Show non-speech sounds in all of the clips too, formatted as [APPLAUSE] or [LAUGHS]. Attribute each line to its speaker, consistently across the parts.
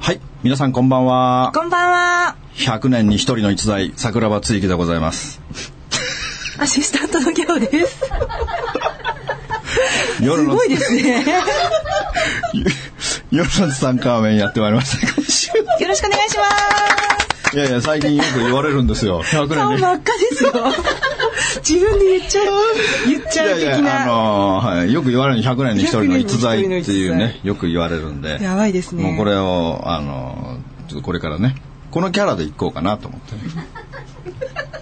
Speaker 1: はい、皆さんこんばんは。
Speaker 2: こんばんは。
Speaker 1: 100年に一人の逸材、桜庭つゆきでございます。
Speaker 2: アシスタントのギャオです。
Speaker 1: 夜
Speaker 2: す
Speaker 1: の
Speaker 2: ご、いです [LAUGHS] ね。
Speaker 1: 夜のツタンカーメンやってまいりました。 [LAUGHS] 今週
Speaker 2: よろしくお願いします。
Speaker 1: いやいや、最近よく言われるんですよ。100
Speaker 2: 顔
Speaker 1: 年に。
Speaker 2: 真っ赤ですよ。 [LAUGHS] 自分で言っちゃう、言っちゃう
Speaker 1: い
Speaker 2: 的な
Speaker 1: や。
Speaker 2: い
Speaker 1: や、あのーはい、よく言われる100年に一人の逸材
Speaker 2: 100
Speaker 1: っていうね、よく言われるんで、
Speaker 2: やばいですね。
Speaker 1: もうこれを、あのーちょっとこれからね、このキャラでいこうかなと
Speaker 2: [LAUGHS]
Speaker 1: 思ってね。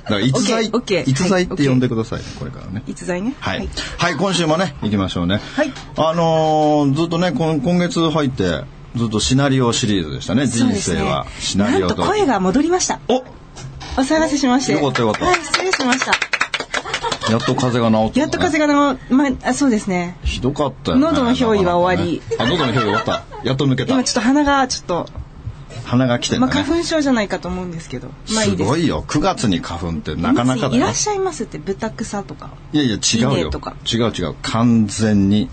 Speaker 1: だから逸材、
Speaker 2: オッケーオッケー
Speaker 1: 逸材っ
Speaker 2: はい
Speaker 1: て呼んでくださいね、これからね。
Speaker 2: 逸材ね。
Speaker 1: はい、はい。今週もね、行きましょうね。
Speaker 2: い
Speaker 1: あのーずっとね、こん今月入って、ずっとシナリオシリーズでしたね、人
Speaker 2: そうです
Speaker 1: 生
Speaker 2: ね
Speaker 1: は。シナリオ
Speaker 2: なんと声が戻りました。
Speaker 1: お
Speaker 2: お騒がせしまして。
Speaker 1: よかったよかった
Speaker 2: はい、失礼しました。
Speaker 1: やっと風が治った、ね。
Speaker 2: やっと風がの、まあ、そうですね。
Speaker 1: ひどかったよね。
Speaker 2: 喉の憑依は終わり
Speaker 1: なかなかねあ、喉の憑依終わった。やっと抜けた
Speaker 2: 今。ちょっと鼻がちょっと、
Speaker 1: 鼻が来てん
Speaker 2: ま
Speaker 1: だ
Speaker 2: あ、
Speaker 1: ね。
Speaker 2: 花粉症じゃないかと思うんですけど。まあいい
Speaker 1: す
Speaker 2: です。
Speaker 1: ごいよ。9月に花粉ってなかなかだ
Speaker 2: い
Speaker 1: よ
Speaker 2: らっ。しゃいますって、豚草とか。
Speaker 1: いやいや、違う
Speaker 2: いい
Speaker 1: よ
Speaker 2: ねとか。
Speaker 1: 違う違う。完全に、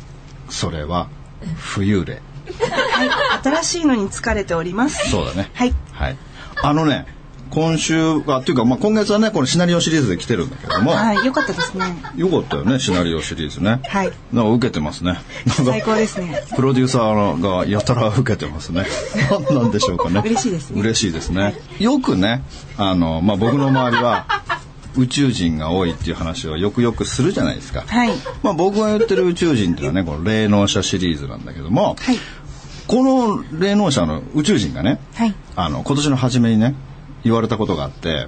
Speaker 1: それは、冬霊。
Speaker 2: はい、新しいのに疲れております。
Speaker 1: そうだね。
Speaker 2: はい。
Speaker 1: はい。あのね、今週は、っていうか、まあ、今月はね、このシナリオシリーズで来てるんだけども、
Speaker 2: はい、よかったです
Speaker 1: [LAUGHS]
Speaker 2: ね。
Speaker 1: よかったよね、シナリオシリーズね。
Speaker 2: はい。
Speaker 1: なんか受けてますね。なん
Speaker 2: 最
Speaker 1: か、
Speaker 2: 高ですね。
Speaker 1: プロデューサーがやたら受けてま
Speaker 2: [LAUGHS]
Speaker 1: すね。何なんでしょうかね。
Speaker 2: 嬉しいですね
Speaker 1: 嬉しいですね。よくね、あの、まあ、僕の周りは、宇宙人が多いっていう話をよくよくするじゃないですか。
Speaker 2: はい。
Speaker 1: まあ、僕が言ってる宇宙人っていうのはね、この霊能者シリーズなんだけども、
Speaker 2: はい。
Speaker 1: この霊能者の宇宙人がね、
Speaker 2: はい。
Speaker 1: あの今年の初めにね言われたことがあって、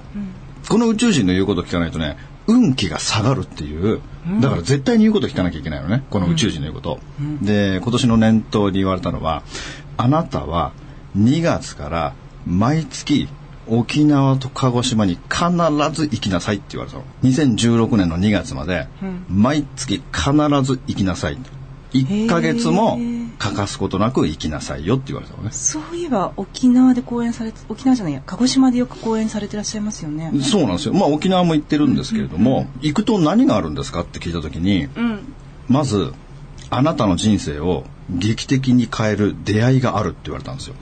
Speaker 1: この宇宙人の言うことを聞かないとね運気が下がるっていうだから絶対に言うことを聞かなきゃいけないのねこの宇宙人の言うこと、で今年の年頭に言われたのはあなたは2月から毎月沖縄と鹿児島に必ず行きなさいって言われたの2016年の2月まで毎月必ず行きなさい1ヶ月も欠かすことなく行きなさいよって言われたのね
Speaker 2: そういえば沖縄で公演されて沖縄じゃないや鹿児島でよく公演されてらっしゃいますよね。
Speaker 1: そうなんですよ。まあ沖縄も行ってるんですけれども、行くと何があるんですかって聞いたときに、
Speaker 2: うん。
Speaker 1: まず、あなたの人生を劇的に変える出会いがあるって言われたんですよ。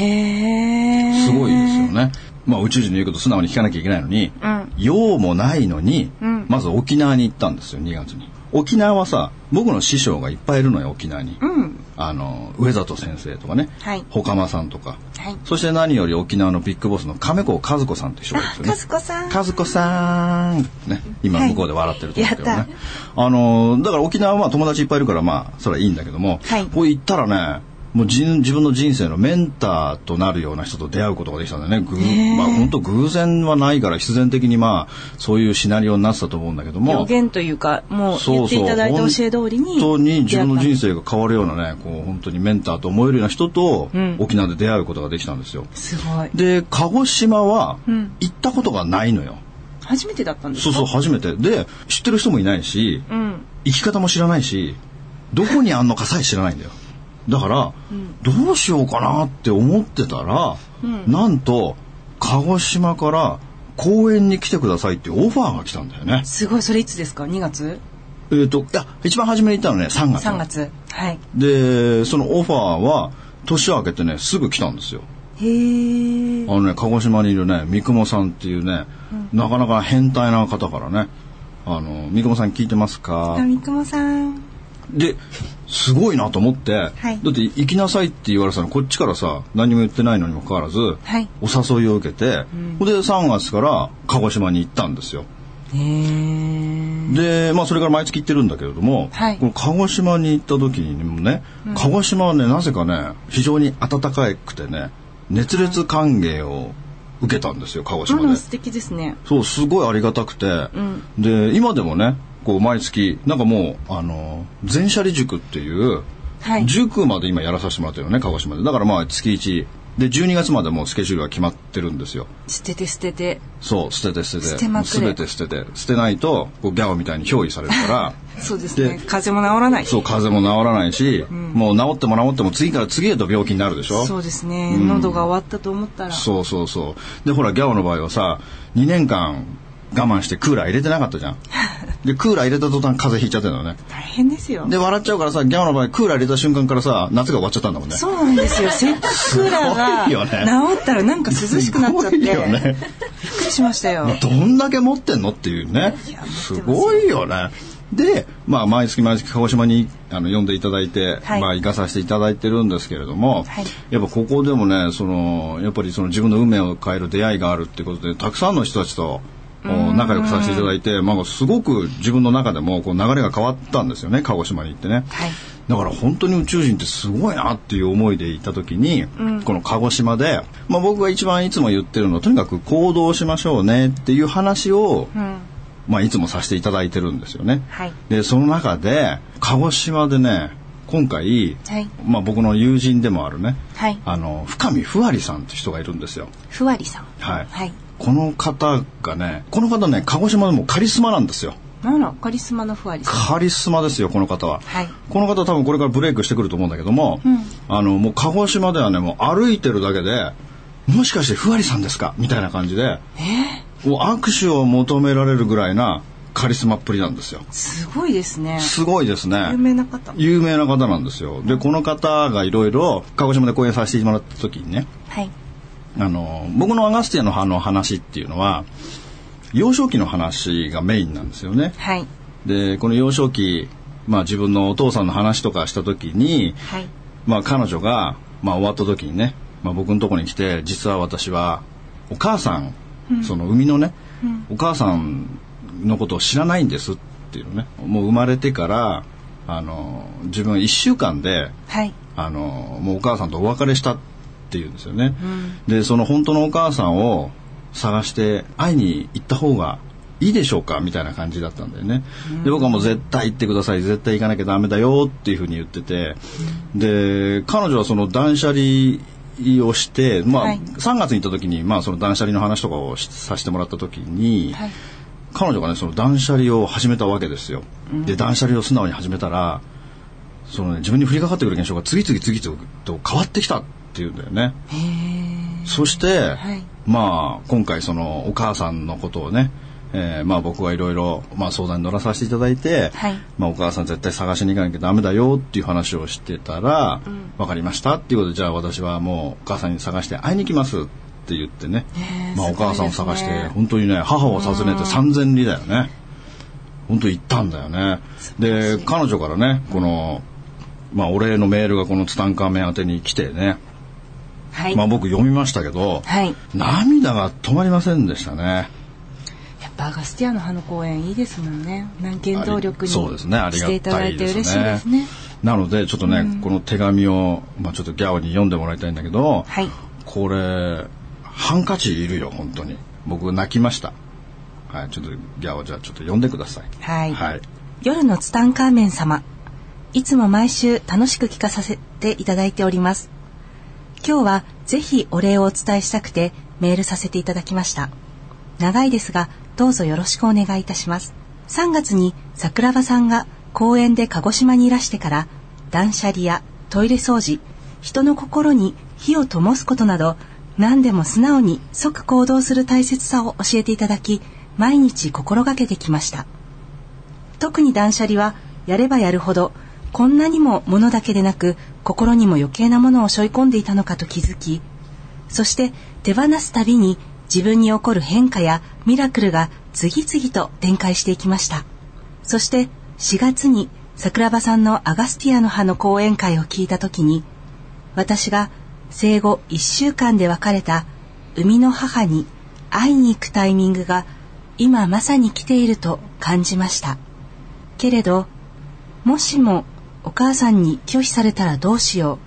Speaker 2: へえ。
Speaker 1: すごいですよ。ね。まあ宇宙人の言うこと素直に聞かなきゃいけないのに、
Speaker 2: うん
Speaker 1: 用もないのに、
Speaker 2: うん
Speaker 1: まず沖縄に行ったんですよ、2月に。沖縄はさ、僕の師匠がいっぱいいるのよ、沖縄に。
Speaker 2: うん。
Speaker 1: あの、上里先生とかね、
Speaker 2: はい
Speaker 1: ほかまさんとか。
Speaker 2: はい。
Speaker 1: そして何より沖縄のビッグボスの亀子和子さんって人がいるんですよね。
Speaker 2: かずこさん。
Speaker 1: 和子さんね今
Speaker 2: はい
Speaker 1: 向こうで笑ってると思うけどね、
Speaker 2: やった
Speaker 1: あのーだから沖縄は友達いっぱいいるからまあそれはいいんだけども、
Speaker 2: はい
Speaker 1: こう行ったらねもう人自分の人生のメンターとなるような人と出会うことができたんだよね。ぐ
Speaker 2: へー
Speaker 1: まあ本当偶然はないから必然的にまあそういうシナリオになってたと思うんだけども。
Speaker 2: 予言というかもう
Speaker 1: そ
Speaker 2: 言
Speaker 1: う
Speaker 2: ってい
Speaker 1: そう
Speaker 2: ただいた教え通りに。
Speaker 1: 本当に自分の人
Speaker 2: 生。
Speaker 1: 生が変わるようなね、こう本当にメンターと思えるような人と
Speaker 2: うん
Speaker 1: 沖縄で出会うことができたんですよ。
Speaker 2: すごい。
Speaker 1: で、鹿児島は
Speaker 2: うん
Speaker 1: 行ったことがないのよ。
Speaker 2: 初めてだったんです
Speaker 1: そう
Speaker 2: か。
Speaker 1: そう、初めて。で、知ってる人もいないし、
Speaker 2: う。うん。
Speaker 1: 行き方も知らないし、どこにあんのかさえ知らないんだよ。だから、どうしようかなって思ってたら、
Speaker 2: うん
Speaker 1: なんと、鹿児島から公園に来てくださいってオファーが来たんだよね。
Speaker 2: すごいそれいつですか。2月。
Speaker 1: えっ、と、いや、一番初めに行ったのね、3月。
Speaker 2: 3月。はい。
Speaker 1: で、そのオファーは、年明けてね、すぐ来たんですよ。
Speaker 2: へえ
Speaker 1: あ。のね、鹿児島にいるね、三雲さんっていうね、なかなか変態な方からね、あの、三雲さん聞いてますか
Speaker 2: あ、三雲さん。
Speaker 1: ですごいなと思って、
Speaker 2: はい
Speaker 1: だって行きなさいって言われてたのこっちからさ何も言ってないのにもかかわらず、
Speaker 2: はい
Speaker 1: お誘いを受けて、
Speaker 2: ん
Speaker 1: ほん、で3月から鹿児島に行ったんですよ。
Speaker 2: へえ。
Speaker 1: で、まあ、それから毎月行ってるんだけれども、
Speaker 2: はい
Speaker 1: この鹿児島に行った時にもね、鹿児島はねなぜかね非常に温かくてね熱烈歓迎を受けたんですよ鹿児
Speaker 2: あ
Speaker 1: 島で。
Speaker 2: の素敵ですね。
Speaker 1: そうすごいありがたくて、
Speaker 2: ん
Speaker 1: で今でもねこう毎月なんかもうあの全社理塾っていう
Speaker 2: はい。
Speaker 1: 塾まで今やらさせてもらってるよね鹿児島でだからまあ月1で12月までもうスケジュールが決まってるんですよ
Speaker 3: 捨てて捨てて
Speaker 1: そう捨てて捨てて
Speaker 3: 捨てまくれ
Speaker 1: もう全て捨てて捨てないとこうギャオみたいに憑依されるから
Speaker 3: そうですね
Speaker 1: で
Speaker 3: 風邪も治らない
Speaker 1: そう風邪も治らないし、もう治っても治っても次から次へと病気になるでしょ
Speaker 3: そうですね、喉が終わったと思ったら
Speaker 1: そうそうそうでほらギャオの場合はさ2年間我慢してクーラー入れてなかっ
Speaker 3: [LAUGHS]
Speaker 1: たじゃんでクーラー入れた途端風邪ひいちゃってんだよね
Speaker 3: 大変ですよ
Speaker 1: で笑っちゃうからさギャオの場合クーラー入れた瞬間からさ夏が終わっちゃったんだもんね
Speaker 3: そうなんです
Speaker 1: [LAUGHS]
Speaker 3: よせっかくクーラ
Speaker 1: すごいよ
Speaker 3: ーが
Speaker 1: ね
Speaker 3: 治ったらなんか涼しくなっちゃって、
Speaker 1: すごいよね
Speaker 3: びっくりしましたよ
Speaker 1: どんだけ持ってんのっていうね
Speaker 3: いや持ってます
Speaker 1: す
Speaker 3: よ
Speaker 1: ごいよねで、まあ、毎月毎月鹿児島にあの呼んでいただいて、
Speaker 3: はい
Speaker 1: まあ、行かさせていただいてるんですけれども、
Speaker 3: はい
Speaker 1: やっぱここでもねそのやっぱりその自分の運命を変える出会いがあるっていうことでたくさんの人たちとお仲良くさせていただいて、まあ、すごく自分の中でもこう流れが変わったんですよね鹿児島に行ってね、
Speaker 3: はい
Speaker 1: だから本当に宇宙人ってすごいなっていう思いでいた時に、この鹿児島で、まあ、僕が一番いつも言ってるのはとにかく行動しましょうねっていう話を、
Speaker 3: うん
Speaker 1: まあ、いつもさせていただいてるんですよね。
Speaker 3: はい
Speaker 1: でその中で鹿児島でね今回、
Speaker 3: はい
Speaker 1: まあ、僕の友人でもあるね、
Speaker 3: はい
Speaker 1: あの深見ふわりさんって人がいるんですよ。
Speaker 3: ふわりさん
Speaker 1: はい
Speaker 3: はい
Speaker 1: この方がねこの方ね鹿児島でもカリスマなんですよ。
Speaker 3: ならカリスマのふわりさん
Speaker 1: カリスマですよこの方は、
Speaker 3: はい
Speaker 1: この方多分これからブレイクしてくると思うんだけども、あのもう鹿児島ではねもう歩いてるだけでもしかしてふわりさんですかみたいな感じで、もう握手を求められるぐらいなカリスマっぷりなんですよ
Speaker 3: すごいですね
Speaker 1: すごいですね
Speaker 3: 有名な方
Speaker 1: 有名な方なんですよでこの方がいろいろ鹿児島で講演させてもらった時にね
Speaker 3: はい
Speaker 1: あの僕のアガスティアのあの話っていうのは幼少期の話がメインなんですよね
Speaker 3: はい
Speaker 1: でこの幼少期、まあ、自分のお父さんの話とかした時に、
Speaker 3: はい
Speaker 1: まあ、彼女が、まあ、終わった時にね、まあ、僕のとこに来て実は私はお母さん、その生みのね、お母さんのことを知らないんですっていうのねもう生まれてからあの自分は1週間で
Speaker 3: はい
Speaker 1: あのもうお母さんとお別れしたっていうんですよね、でその本当のお母さんを探して会いに行った方がいいでしょうかみたいな感じだったんだよね、で僕はもう絶対行ってください絶対行かなきゃダメだよっていうふうに言ってて、で彼女はその断捨離をして、まあ
Speaker 3: はい
Speaker 1: 3月に行った時に、まあ、その断捨離の話とかをしさせてもらった時に、
Speaker 3: はい
Speaker 1: 彼女がねその断捨離を始めたわけですよ、で断捨離を素直に始めたらその、ね、自分に降りかかってくる現象が次々次々と変わってきたっていうんだよね
Speaker 3: へえ
Speaker 1: そして、
Speaker 3: はい
Speaker 1: まあ今回そのお母さんのことをね、えーまあ、僕がいろいろまあ相談に乗らさせていただいて、
Speaker 3: はい
Speaker 1: まあ、お母さん絶対探しに行かなきゃダメだよっていう話をしてたら「分かりました」っていうことでじゃあ私はもうお母さんに探して会いに行きますって言ってね、
Speaker 3: へー
Speaker 1: まあ、
Speaker 3: す
Speaker 1: お
Speaker 3: ごい
Speaker 1: 母さんを探して、
Speaker 3: ですね
Speaker 1: 本当にね母を訪ねて三千里だよね本当に行ったんだよねで彼女からねこの、まあ、お礼のメールがこのツタンカーメン宛てに来てね、
Speaker 3: はい
Speaker 1: まあ、僕読みましたけど、
Speaker 3: はい
Speaker 1: 涙が止まりませんでしたね
Speaker 3: やっぱアガスティアの葉の公園いいですもんね南原動力に
Speaker 1: ありそうですねあり
Speaker 3: していた
Speaker 1: が
Speaker 3: だ
Speaker 1: た
Speaker 3: い
Speaker 1: い
Speaker 3: て
Speaker 1: です
Speaker 3: 嬉し
Speaker 1: ね
Speaker 3: いですね
Speaker 1: なのでちょっとね、この手紙を、まあ、ちょっとギャオに読んでもらいたいんだけど、
Speaker 3: はい
Speaker 1: これハンカチいるよ本当に僕泣きましたはいちょっとギャオじゃあちょっと読んでください
Speaker 3: はい
Speaker 1: はい、
Speaker 2: 夜のツタンカーメン様。いつも毎週楽しく聞かさせていただいております。今日はぜひお礼をお伝えしたくてメールさせていただきました。長いですが、どうぞよろしくお願いいたします。3月に桜庭さんが公園で鹿児島にいらしてから、断捨離やトイレ掃除、人の心に火を灯すことなど、何でも素直に即行動する大切さを教えていただき、毎日心がけてきました。特に断捨離はやればやるほどこんなにも物だけでなく心にも余計なものを背負い込んでいたのかと気づきそして手放すたびに自分に起こる変化やミラクルが次々と展開していきましたそして4月に桜庭さんのアガスティアの葉の講演会を聞いた時に私が生後1週間で別れた生みの母に会いに行くタイミングが今まさに来ていると感じましたけれどもしもお母さんに拒否されたらどうしよ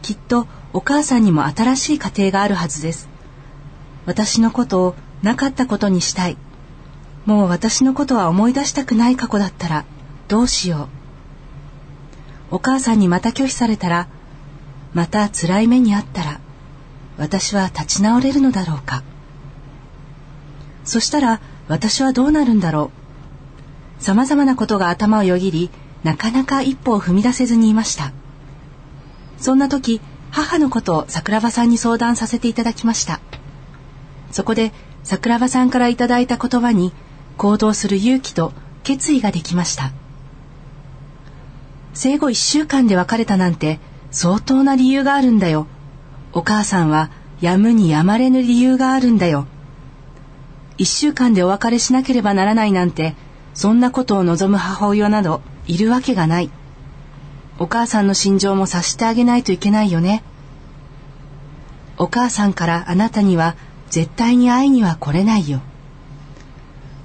Speaker 2: うきっとお母さんにも新しい家庭があるはずです私のことをなかったことにしたいもう私のことは思い出したくない過去だったらどうしようお母さんにまた拒否されたらまた辛い目にあったら私は立ち直れるのだろうかそしたら私はどうなるんだろう様々なことが頭をよぎりなかなか一歩を踏み出せずにいましたそんな時母のことを桜庭さんに相談させていただきましたそこで桜庭さんからいただいた言葉に行動する勇気と決意ができました生後1週間で別れたなんて相当な理由があるんだよお母さんはやむにやまれぬ理由があるんだよ1週間でお別れしなければならないなんてそんなことを望む母親などいるわけがないお母さんの心情も察してあげないといけないよねお母さんからあなたには絶対に会いには来れないよ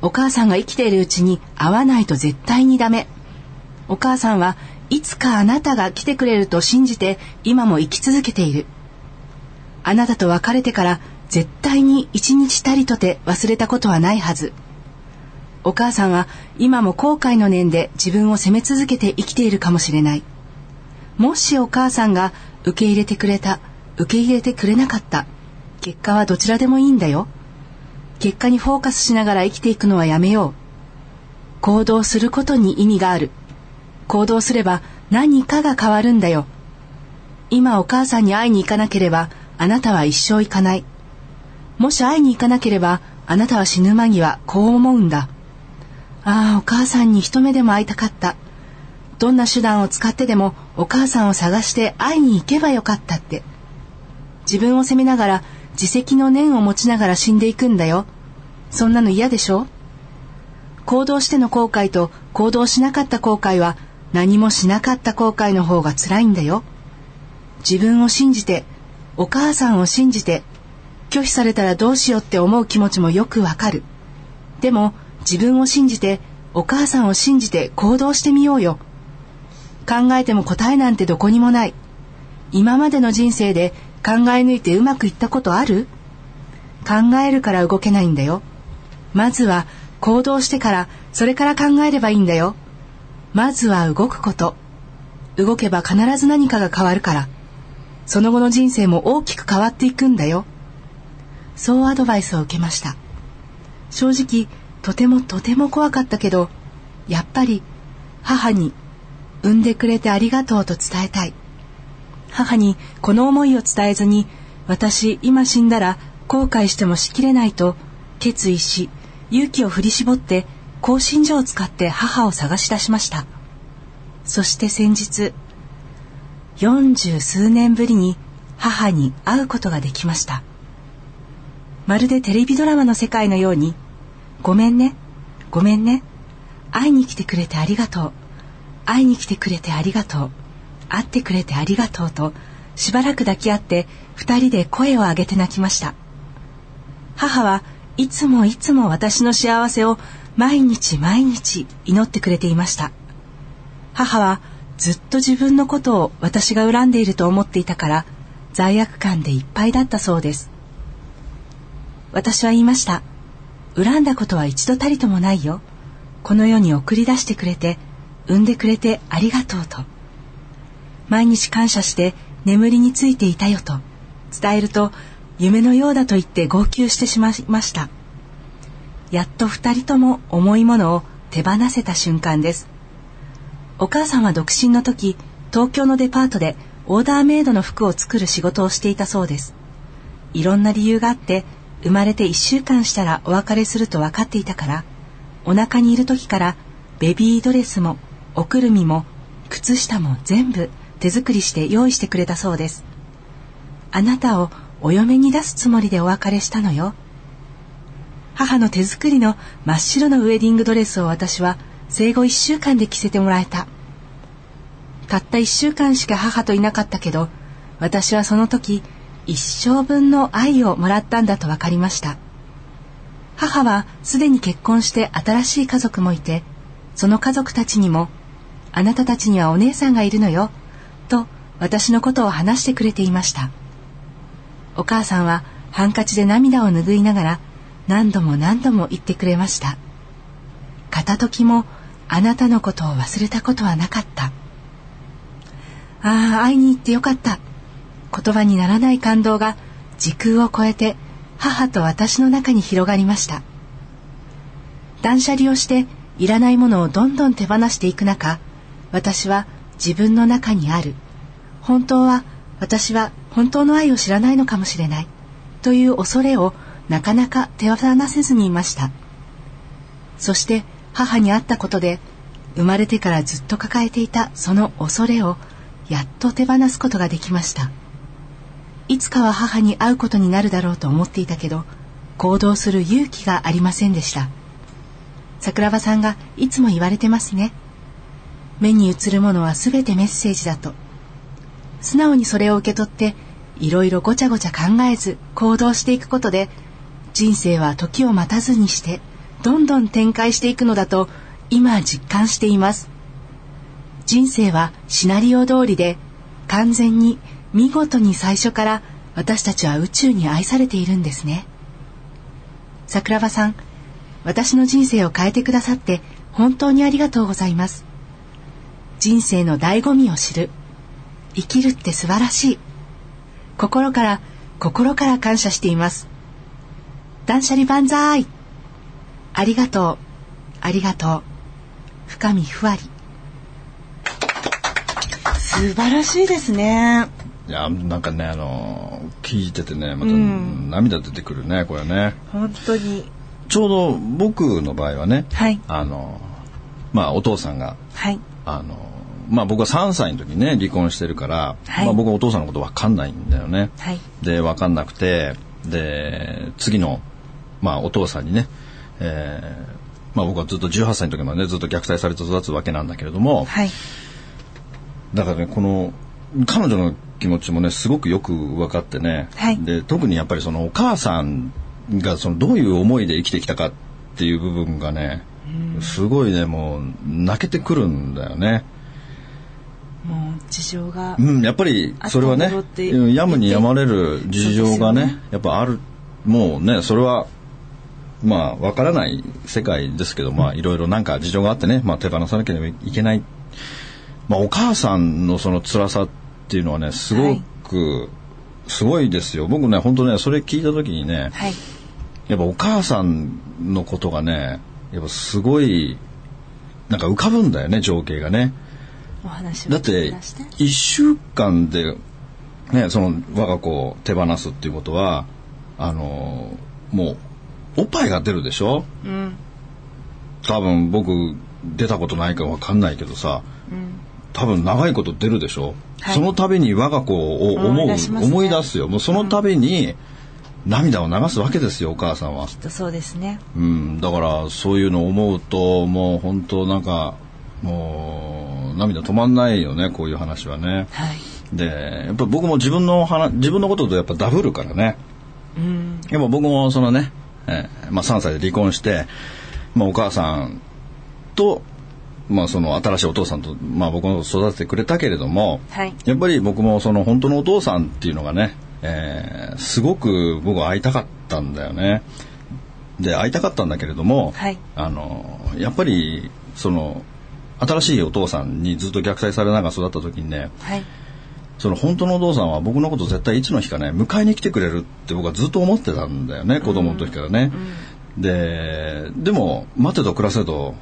Speaker 2: お母さんが生きているうちに会わないと絶対にダメお母さんはいつかあなたが来てくれると信じて今も生き続けているあなたと別れてから絶対に一日たりとて忘れたことはないはずお母さんは今も後悔の念で自分を責め続けて生きているかもしれないもしお母さんが受け入れてくれた受け入れてくれなかった結果はどちらでもいいんだよ結果にフォーカスしながら生きていくのはやめよう行動することに意味がある行動すれば何かが変わるんだよ今お母さんに会いに行かなければあなたは一生行かないもし会いに行かなければあなたは死ぬ間際こう思うんだああお母さんに一目でも会いたかったどんな手段を使ってでもお母さんを探して会いに行けばよかったって自分を責めながら自責の念を持ちながら死んでいくんだよそんなの嫌でしょ行動しての後悔と行動しなかった後悔は何もしなかった後悔の方が辛いんだよ自分を信じてお母さんを信じて拒否されたらどうしようって思う気持ちもよくわかるでも自分を信じてお母さんを信じて行動してみようよ考えても答えなんてどこにもない今までの人生で考え抜いてうまくいったことある考えるから動けないんだよまずは行動してからそれから考えればいいんだよまずは動くこと動けば必ず何かが変わるからその後の人生も大きく変わっていくんだよそうアドバイスを受けました正直とてもとても怖かったけどやっぱり母に産んでくれてありがとうと伝えたい母にこの思いを伝えずに私今死んだら後悔してもしきれないと決意し勇気を振り絞って興信所を使って母を探し出しましたそして先日四十数年ぶりに母に会うことができましたまるでテレビドラマの世界のようにごめんね。ごめんね。会いに来てくれてありがとう。会いに来てくれてありがとう。会ってくれてありがとうと、しばらく抱き合って、二人で声を上げて泣きました。母はいつもいつも私の幸せを毎日毎日祈ってくれていました。母はずっと自分のことを私が恨んでいると思っていたから、罪悪感でいっぱいだったそうです。私は言いました。恨んだことは一度たりともないよ。この世に送り出してくれて、産んでくれてありがとうと。毎日感謝して眠りについていたよと伝えると夢のようだと言って号泣してしまいました。やっと二人とも重いものを手放せた瞬間です。お母さんは独身の時、東京のデパートでオーダーメイドの服を作る仕事をしていたそうです。いろんな理由があって、生まれて1週間したらお別れすると分かっていたから、お腹にいる時からベビードレスもおくるみも靴下も全部手作りして用意してくれたそうです。あなたをお嫁に出すつもりでお別れしたのよ。母の手作りの真っ白のウェディングドレスを私は生後1週間で着せてもらえた。たった1週間しか母といなかったけど私はその時一生分の愛をもらったんだと分かりました母はすでに結婚して新しい家族もいてその家族たちにも「あなたたちにはお姉さんがいるのよ」と私のことを話してくれていましたお母さんはハンカチで涙を拭いながら何度も何度も言ってくれました片時もあなたのことを忘れたことはなかったああ、会いに行ってよかった。言葉にならない感動が時空を超えて母と私の中に広がりました断捨離をしていらないものをどんどん手放していく中私は自分の中にある本当は私は本当の愛を知らないのかもしれないという恐れをなかなか手放せずにいましたそして母に会ったことで生まれてからずっと抱えていたその恐れをやっと手放すことができましたいつかは母に会うことになるだろうと思っていたけど行動する勇気がありませんでした桜庭さんがいつも言われてますね目に映るものは全てメッセージだと素直にそれを受け取っていろいろごちゃごちゃ考えず行動していくことで人生は時を待たずにしてどんどん展開していくのだと今実感しています人生はシナリオ通りで完全に見事に最初から私たちは宇宙に愛されているんですね桜庭さん私の人生を変えてくださって本当にありがとうございます人生の醍醐味を知る生きるって素晴らしい心から心から感謝しています断捨離万歳ありがとうありがとう深見ふわり
Speaker 4: 素晴らしいですね。
Speaker 1: いやなんかねあの聞いててねまた
Speaker 4: うん
Speaker 1: 涙出てくるねこれね
Speaker 4: 本当に。
Speaker 1: ちょうど僕の場合はね
Speaker 4: はい。
Speaker 1: あのまあお父さんが
Speaker 4: はい。
Speaker 1: あのまあ僕は3歳の時にね離婚してるから、
Speaker 4: はい
Speaker 1: まあ僕はお父さんのこと分かんないんだよね、
Speaker 4: はい。
Speaker 1: で分かんなくてで次の、まあ、お父さんにね、えーまあ、僕はずっと18歳の時までねずっと虐待されて育つわけなんだけれども、
Speaker 4: はい。
Speaker 1: だからねこの彼女の気持ちもねすごくよく分かってね、
Speaker 4: はい
Speaker 1: で特にやっぱりそのお母さんがそのどういう思いで生きてきたかっていう部分がねすごいねもう泣けてくるんだよね。
Speaker 4: もう事情が。
Speaker 1: うん、やっぱりそれはね
Speaker 4: 後戻って
Speaker 1: うんやむにやまれる事情がねやっぱあるもうねそれはまあわからない世界ですけどまあいろいろなんか事情があってね、まあ、手放さなければいけない、まあ、お母さんのその辛さっていうのはねすごく、すごいですよ僕ね本当ねそれ聞いた時にね
Speaker 4: はい。
Speaker 1: やっぱお母さんのことがねやっぱすごいなんか浮かぶんだよね情景がね。
Speaker 4: お話を
Speaker 1: だっ
Speaker 4: 聞
Speaker 1: て
Speaker 4: き出して。
Speaker 1: 1週間で、ね、その我が子を手放すっていうことはあのもうおっぱいが出るでしょ
Speaker 4: うん。
Speaker 1: 多分僕出たことないかわかんないけどさ
Speaker 4: うん。
Speaker 1: 多分長いこと出るでしょ、
Speaker 4: はい
Speaker 1: その度に我が子を思う思
Speaker 4: 思
Speaker 1: い
Speaker 4: い出
Speaker 1: 出
Speaker 4: し
Speaker 1: す,、
Speaker 4: ますね
Speaker 1: よもうその度に涙を流すわけですよお母さんは
Speaker 4: きっとそうですね。
Speaker 1: うん、だからそういうのを思うともう本当なんかもう涙止まんないよねこういう話はね
Speaker 4: はい。
Speaker 1: でやっぱ僕も自分の話自分のこととやっぱダブるからね
Speaker 4: うん。
Speaker 1: やっぱ僕もそのね、えーまあ、3歳で離婚して、まあ、お母さんと、まあ、その新しいお父さんと、まあ、僕を育ててくれたけれども、
Speaker 4: はい
Speaker 1: やっぱり僕もその本当のお父さんっていうのがね、えーすごく僕は会いたかったんだよね。で会いたかったんだけれども、
Speaker 4: はい
Speaker 1: あのやっぱりその新しいお父さんにずっと虐待されながら育った時にね
Speaker 4: はい。
Speaker 1: その本当のお父さんは僕のこと絶対いつの日かね迎えに来てくれるって僕はずっと思ってたんだよね子供の時からね、ででも待てと暮らせと、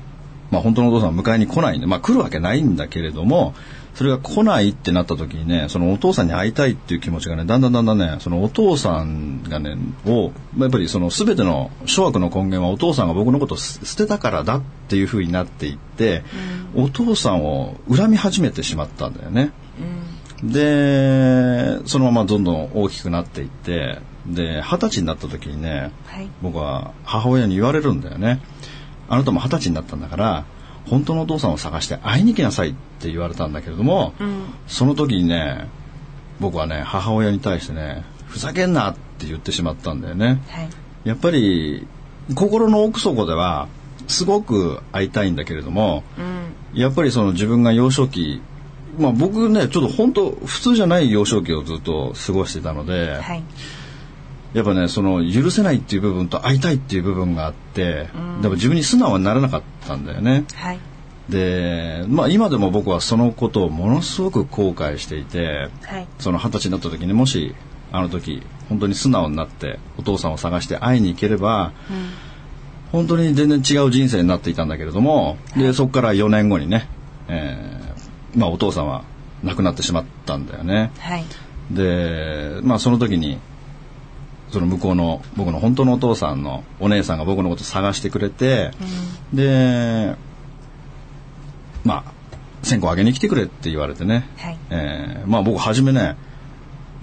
Speaker 1: まあ、本当のお父さんは迎えに来ないんで、まあ、来るわけないんだけれどもそれが来ないってなった時にねそのお父さんに会いたいっていう気持ちがねだんだんだんだんねそのお父さんがねをまあやっぱりその全ての諸悪の根源はお父さんが僕のことを捨捨てたからだっていうふうになっていって、お父さんを恨み始めてしまったんだよね。でそのままどんどん大きくなっていってで二十歳になった時にね
Speaker 4: はい。
Speaker 1: 僕は母親に言われるんだよねあなたも二十歳になったんだから本当のお父さんを探して会いに来なさいって言われたんだけれども、その時にね僕はね母親に対してねふざけんなって言ってしまったんだよね
Speaker 4: はい。
Speaker 1: やっぱり心の奥底ではすごく会いたいんだけれども、
Speaker 4: うん。
Speaker 1: やっぱりその自分が幼少期まあ僕ねちょっと本当普通じゃない幼少期をずっと過ごしてたので、
Speaker 4: はい。
Speaker 1: やっぱねその許せないっていう部分と会いたいっていう部分があって、でも自分に素直にならなかったんだよね。
Speaker 4: はい。
Speaker 1: で、まあ、今でも僕はそのことをものすごく後悔していて
Speaker 4: はい。
Speaker 1: その二十歳になった時にもしあの時本当に素直になってお父さんを探して会いに行ければ、本当に全然違う人生になっていたんだけれどもでそこから4年後にね、えーまあ、お父さんは亡くなってしまったんだよね。
Speaker 4: はい。
Speaker 1: で、まあ、その時にその向こうの僕の本当のお父さんのお姉さんが僕のこと探してくれて、でまあ線香あげに来てくれって言われてね、
Speaker 4: はい
Speaker 1: えーまあ僕初めね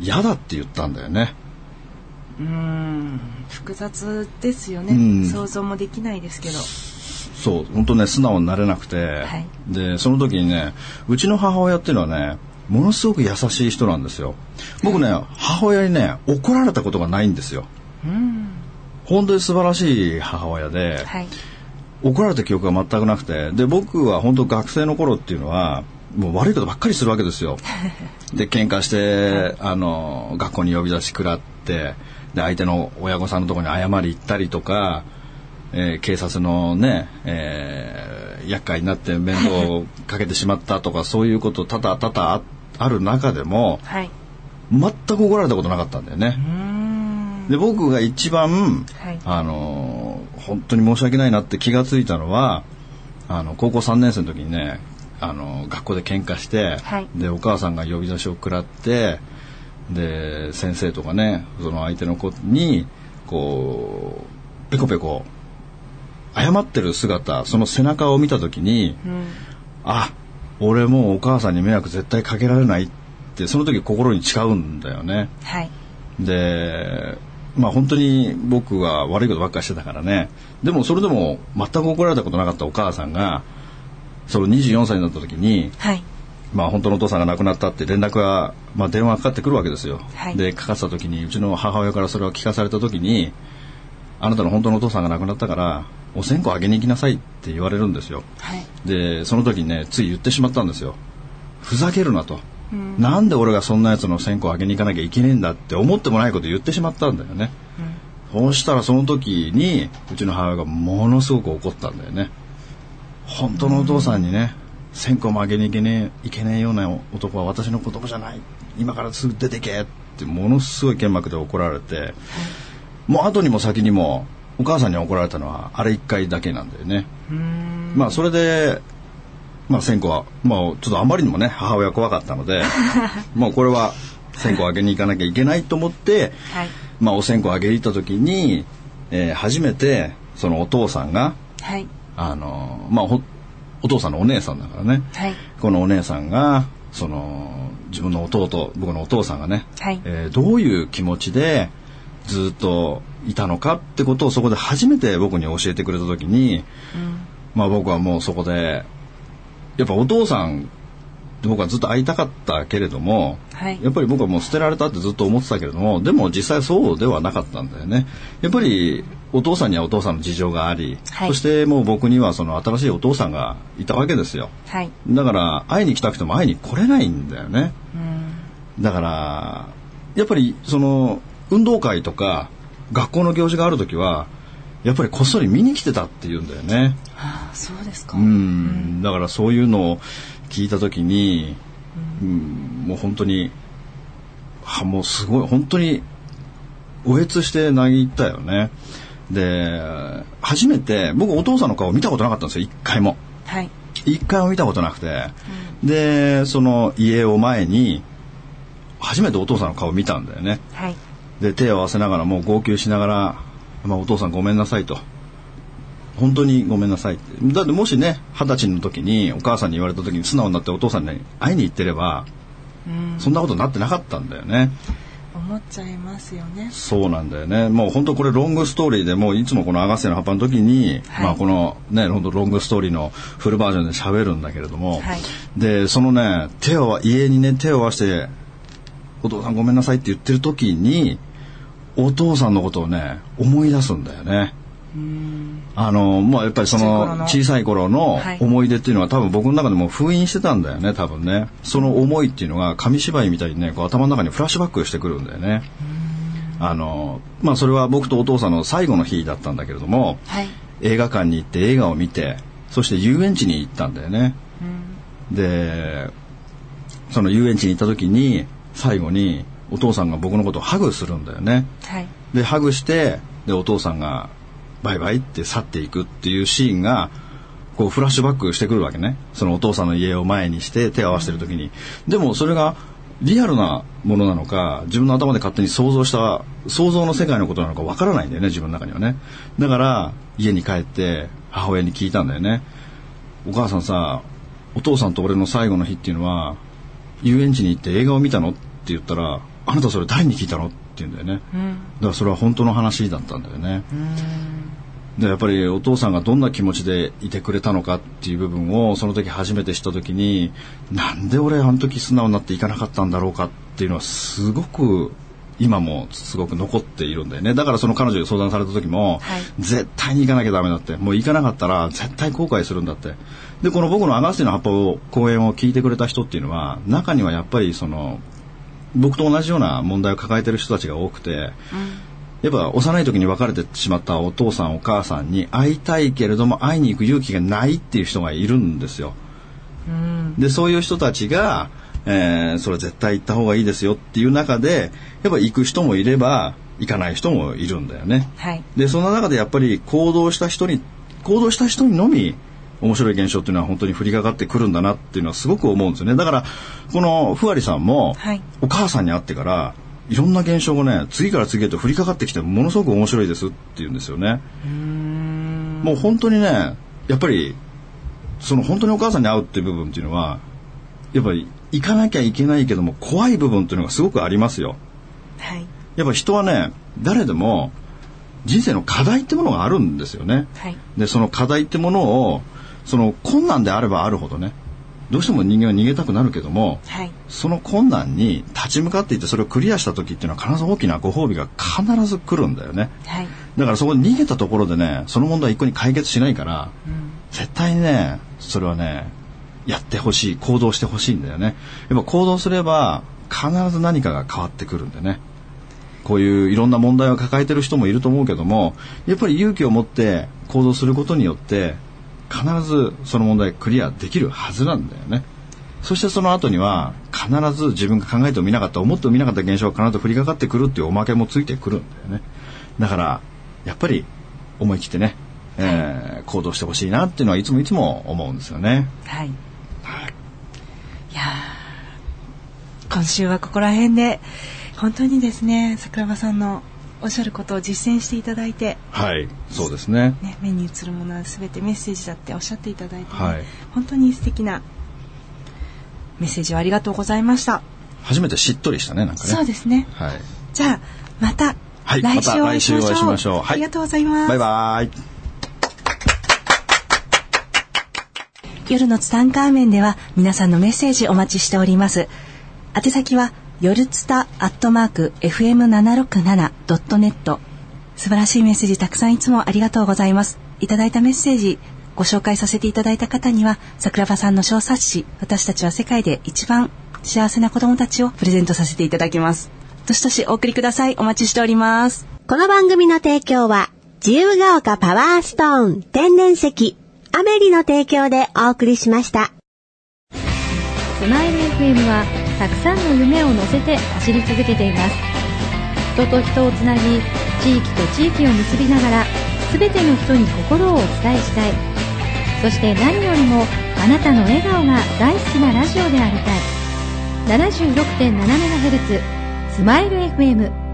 Speaker 1: 嫌だって言ったんだよね
Speaker 4: うん。複雑ですよね、
Speaker 1: うん
Speaker 4: 想像もできないですけど。
Speaker 1: そう本当ね素直になれなくて、
Speaker 4: い
Speaker 1: でその時にねうちの母親っていうのはねものすごく優しい人なんですよ僕ね母親にね怒られたことがないんですよ
Speaker 4: うん。
Speaker 1: 本当に素晴らしい母親で、
Speaker 4: はい。
Speaker 1: 怒られた記憶が全くなくてで僕は本当学生の頃っていうのはもう悪いことばっかりするわけですよで喧嘩してあの学校に呼び出し食らってで相手の親御さんのところに謝り行ったりとか、えー警察のね、えー厄介になって面倒をかけてしまったとかそういうこと多々多々あある中でも
Speaker 4: はい。
Speaker 1: 全く怒られたことなかったんだよね。
Speaker 4: うん。
Speaker 1: で僕が一番、
Speaker 4: はい
Speaker 1: あのー本当に申し訳ないなって気がついたのはあの高校3年生の時にねあのー学校で喧嘩して、
Speaker 4: はい
Speaker 1: でお母さんが呼び出しを食らってで先生とかねその相手の子にこうペコペコ謝ってる姿その背中を見た時に、
Speaker 4: うん。
Speaker 1: あ俺もうお母さんに迷惑絶対かけられないってその時心に誓うんだよね。
Speaker 4: はい。
Speaker 1: でまあ本当に僕は悪いことばっかりしてたからねでもそれでも全く怒られたことなかったお母さんがその24歳になった時に、
Speaker 4: はい。
Speaker 1: まあ、本当のお父さんが亡くなったって連絡が、まあ、電話がかかってくるわけですよ、
Speaker 4: はい
Speaker 1: でかかってた時にうちの母親からそれを聞かされた時にあなたの本当のお父さんが亡くなったからお線香あげに行きなさいって言われるんですよ
Speaker 4: はい。
Speaker 1: でその時にねつい言ってしまったんですよふざけるなと、なんで俺がそんなやつの線香をあげに行かなきゃいけねえんだって思ってもないこと言ってしまったんだよね、そうしたらその時にうちの母親がものすごく怒ったんだよね本当のお父さんにね線香もあげに行けねえいけねえような男は私の子供じゃない今からすぐ出てけってものすごい剣幕で怒られて、もう後にも先にもお母さんに怒られたのはあれ一回だけなんだよね、まあそれで、まあ、線香は、まあ、ちょっとあまりにもね母親怖かったのでまあこれは線香をあげに行かなきゃいけないと思って、
Speaker 4: はい。
Speaker 1: まあ、お線香をあげに行った時に、えー初めてそのお父さんが
Speaker 4: はい。
Speaker 1: あのーまあほお父さんのお姉さんだからね、
Speaker 4: はい。
Speaker 1: このお姉さんがその自分の弟僕のお父さんがね、
Speaker 4: はい
Speaker 1: えーどういう気持ちでずっといたのかってことをそこで初めて僕に教えてくれた時に、まあ僕はもうそこでやっぱお父さんと僕はずっと会いたかったけれども、
Speaker 4: はい
Speaker 1: やっぱり僕はもう捨てられたってずっと思ってたけれどもでも実際そうではなかったんだよねやっぱりお父さんにはお父さんの事情があり、
Speaker 4: はい
Speaker 1: そしてもう僕にはその新しいお父さんがいたわけですよ
Speaker 4: はい。
Speaker 1: だから会いに来たくても会いに来れないんだよね
Speaker 4: うん。
Speaker 1: だからやっぱりその運動会とか学校の行事がある時はやっぱりこっそり見に来てたっていうんだよね
Speaker 4: ああ、そうですか。
Speaker 1: うんだからそういうのを聞いた時に、うんもう本当にはもうすごい本当におえつして泣いたよねで初めて僕お父さんの顔見たことなかったんですよ一回も。
Speaker 4: はい。
Speaker 1: 一回も見たことなくて、でその家を前に初めてお父さんの顔を見たんだよね
Speaker 4: はい。
Speaker 1: で手を合わせながらもう号泣しながら「まあ、お父さんごめんなさい」と「本当にごめんなさい」ってだってもしね二十歳の時にお母さんに言われた時に素直になってお父さんに会いに行ってれば
Speaker 4: うん。
Speaker 1: そんなことになってなかったんだよね
Speaker 4: 思っちゃいますよね。
Speaker 1: そうなんだよねもう本当これロングストーリーでもういつもこの「アガッセの葉っぱ」の時に、
Speaker 4: はい
Speaker 1: まあこのね本当ロングストーリーのフルバージョンで喋るんだけれども、
Speaker 4: はい
Speaker 1: でそのね手を家にね手を合わせて「お父さんごめんなさい」って言ってる時にお父さんのことをね思い出すんだよね。あのまあ、やっぱりその小
Speaker 4: 小
Speaker 1: さい頃の
Speaker 4: はい
Speaker 1: 思い出っていうのは多分僕の中でも封印してたんだよね多分ねその思いっていうのが紙芝居みたいにねこう頭の中にフラッシュバックしてくるんだよねあのまあそれは僕とお父さんの最後の日だったんだけれども、
Speaker 4: はい。
Speaker 1: 映画館に行って映画を見てそして遊園地に行ったんだよね、でその遊園地に行った時に最後にお父さんが僕のことをハグするんだよね
Speaker 4: はい
Speaker 1: でハグしてでお父さんがバイバイって去っていくっていうシーンがこうフラッシュバックしてくるわけねそのお父さんの家を前にして手を合わせてる時に、でもそれがリアルなものなのか自分の頭で勝手に想像した想像の世界のことなのかわからないんだよね自分の中にはねだから家に帰って母親に聞いたんだよねお母さんさお父さんと俺の最後の日っていうのは遊園地に行って映画を見たのって言ったらあなたそれ誰に聞いたのって言うんだよね、だからそれは本当の話だったんだよねでやっぱりお父さんがどんな気持ちでいてくれたのかっていう部分をその時初めて知った時になんで俺あの時素直になっていかなかったんだろうかっていうのはすごく今もすごく残っているんだよねだからその彼女に相談された時も、
Speaker 4: はい
Speaker 1: 絶対に行かなきゃダメだってもう行かなかったら絶対後悔するんだってでこの僕の「アガスティの葉っぱ」を講演を聞いてくれた人っていうのは中にはやっぱりその僕と同じような問題を抱えてる人たちが多くて、やっぱ幼い時に別れてしまったお父さんお母さんに会いたいけれども会いに行く勇気がないっていう人がいるんですよ。でそういう人たちが、えーそれ絶対行った方がいいですよっていう中でやっぱ行く人もいれば行かない人もいるんだよね。
Speaker 4: はい
Speaker 1: でその中でやっぱり行動した人に行動した人にのみ面白い現象っていうのは本当に降りかかってくるんだなっていうのはすごく思うんですよねだからこのふわりさんも、
Speaker 4: はい
Speaker 1: お母さんに会ってからいろんな現象がね次から次へと降りかかってきてものすごく面白いですって言うんですよねもう本当にねやっぱりその本当にお母さんに会うっていう部分っていうのはやっぱり行かなきゃいけないけども怖い部分っていうのがすごくありますよ
Speaker 4: はい
Speaker 1: やっぱ人はね誰でも人生の課題ってものがあるんですよね。
Speaker 4: はい
Speaker 1: でその課題ってものをその困難であればあるほどねどうしても人間は逃げたくなるけども
Speaker 4: はい
Speaker 1: その困難に立ち向かっていってそれをクリアした時っていうのは必ず大きなご褒美が必ず来るんだよね。
Speaker 4: はい
Speaker 1: だからそこに逃げたところでねその問題一個に解決しないから、絶対にねそれはねやってほしい行動してほしいんだよねやっぱ行動すれば必ず何かが変わってくるんでねこういういろんな問題を抱えてる人もいると思うけどもやっぱり勇気を持って行動することによって必ずその問題クリアできるはずなんだよねそしてその後には必ず自分が考えてもみなかった思ってもみなかった現象が必ず降りかかってくるっていうおまけもついてくるんだよねだからやっぱり思い切ってね、えー行動してほしいなっていうのはいつもいつも思うんですよね
Speaker 4: はい。いやー今週はここら辺で本当にですね桜庭さんのおっしゃることを実践していただいて、
Speaker 1: はいそうですね
Speaker 4: ね、目に映るものは全てメッセージだっておっしゃっていただいて、ね
Speaker 1: はい
Speaker 4: 本当に素敵なメッセージをありがとうございました。
Speaker 1: 初めてしっとりしたねなんかね
Speaker 4: そうですね。
Speaker 1: はい
Speaker 4: じゃあまた
Speaker 1: はい
Speaker 4: 来週お会いしましょう。
Speaker 1: また来週お会いしましょうはい
Speaker 4: ありがとうございます。
Speaker 1: バイバイ
Speaker 2: 夜のツタンカーメンでは皆さんのメッセージお待ちしております。宛先は、夜ツタアットマーク FM767.net 素晴らしいメッセージたくさんいつもありがとうございます。いただいたメッセージ、ご紹介させていただいた方には、桜庭さんの小冊子、私たちは世界で一番幸せな子供たちをプレゼントさせていただきます。どしどしお送りください。お待ちしております。
Speaker 5: この番組の提供は、自由が丘パワーストーン天然石、アメリの提供でお送りしました。
Speaker 6: スマイル FM はたくさんの夢を乗せて走り続けています人と人をつなぎ地域と地域を結びながら全ての人に心をお伝えしたいそして何よりもあなたの笑顔が大好きなラジオでありたい 76.7MHz スマイル FM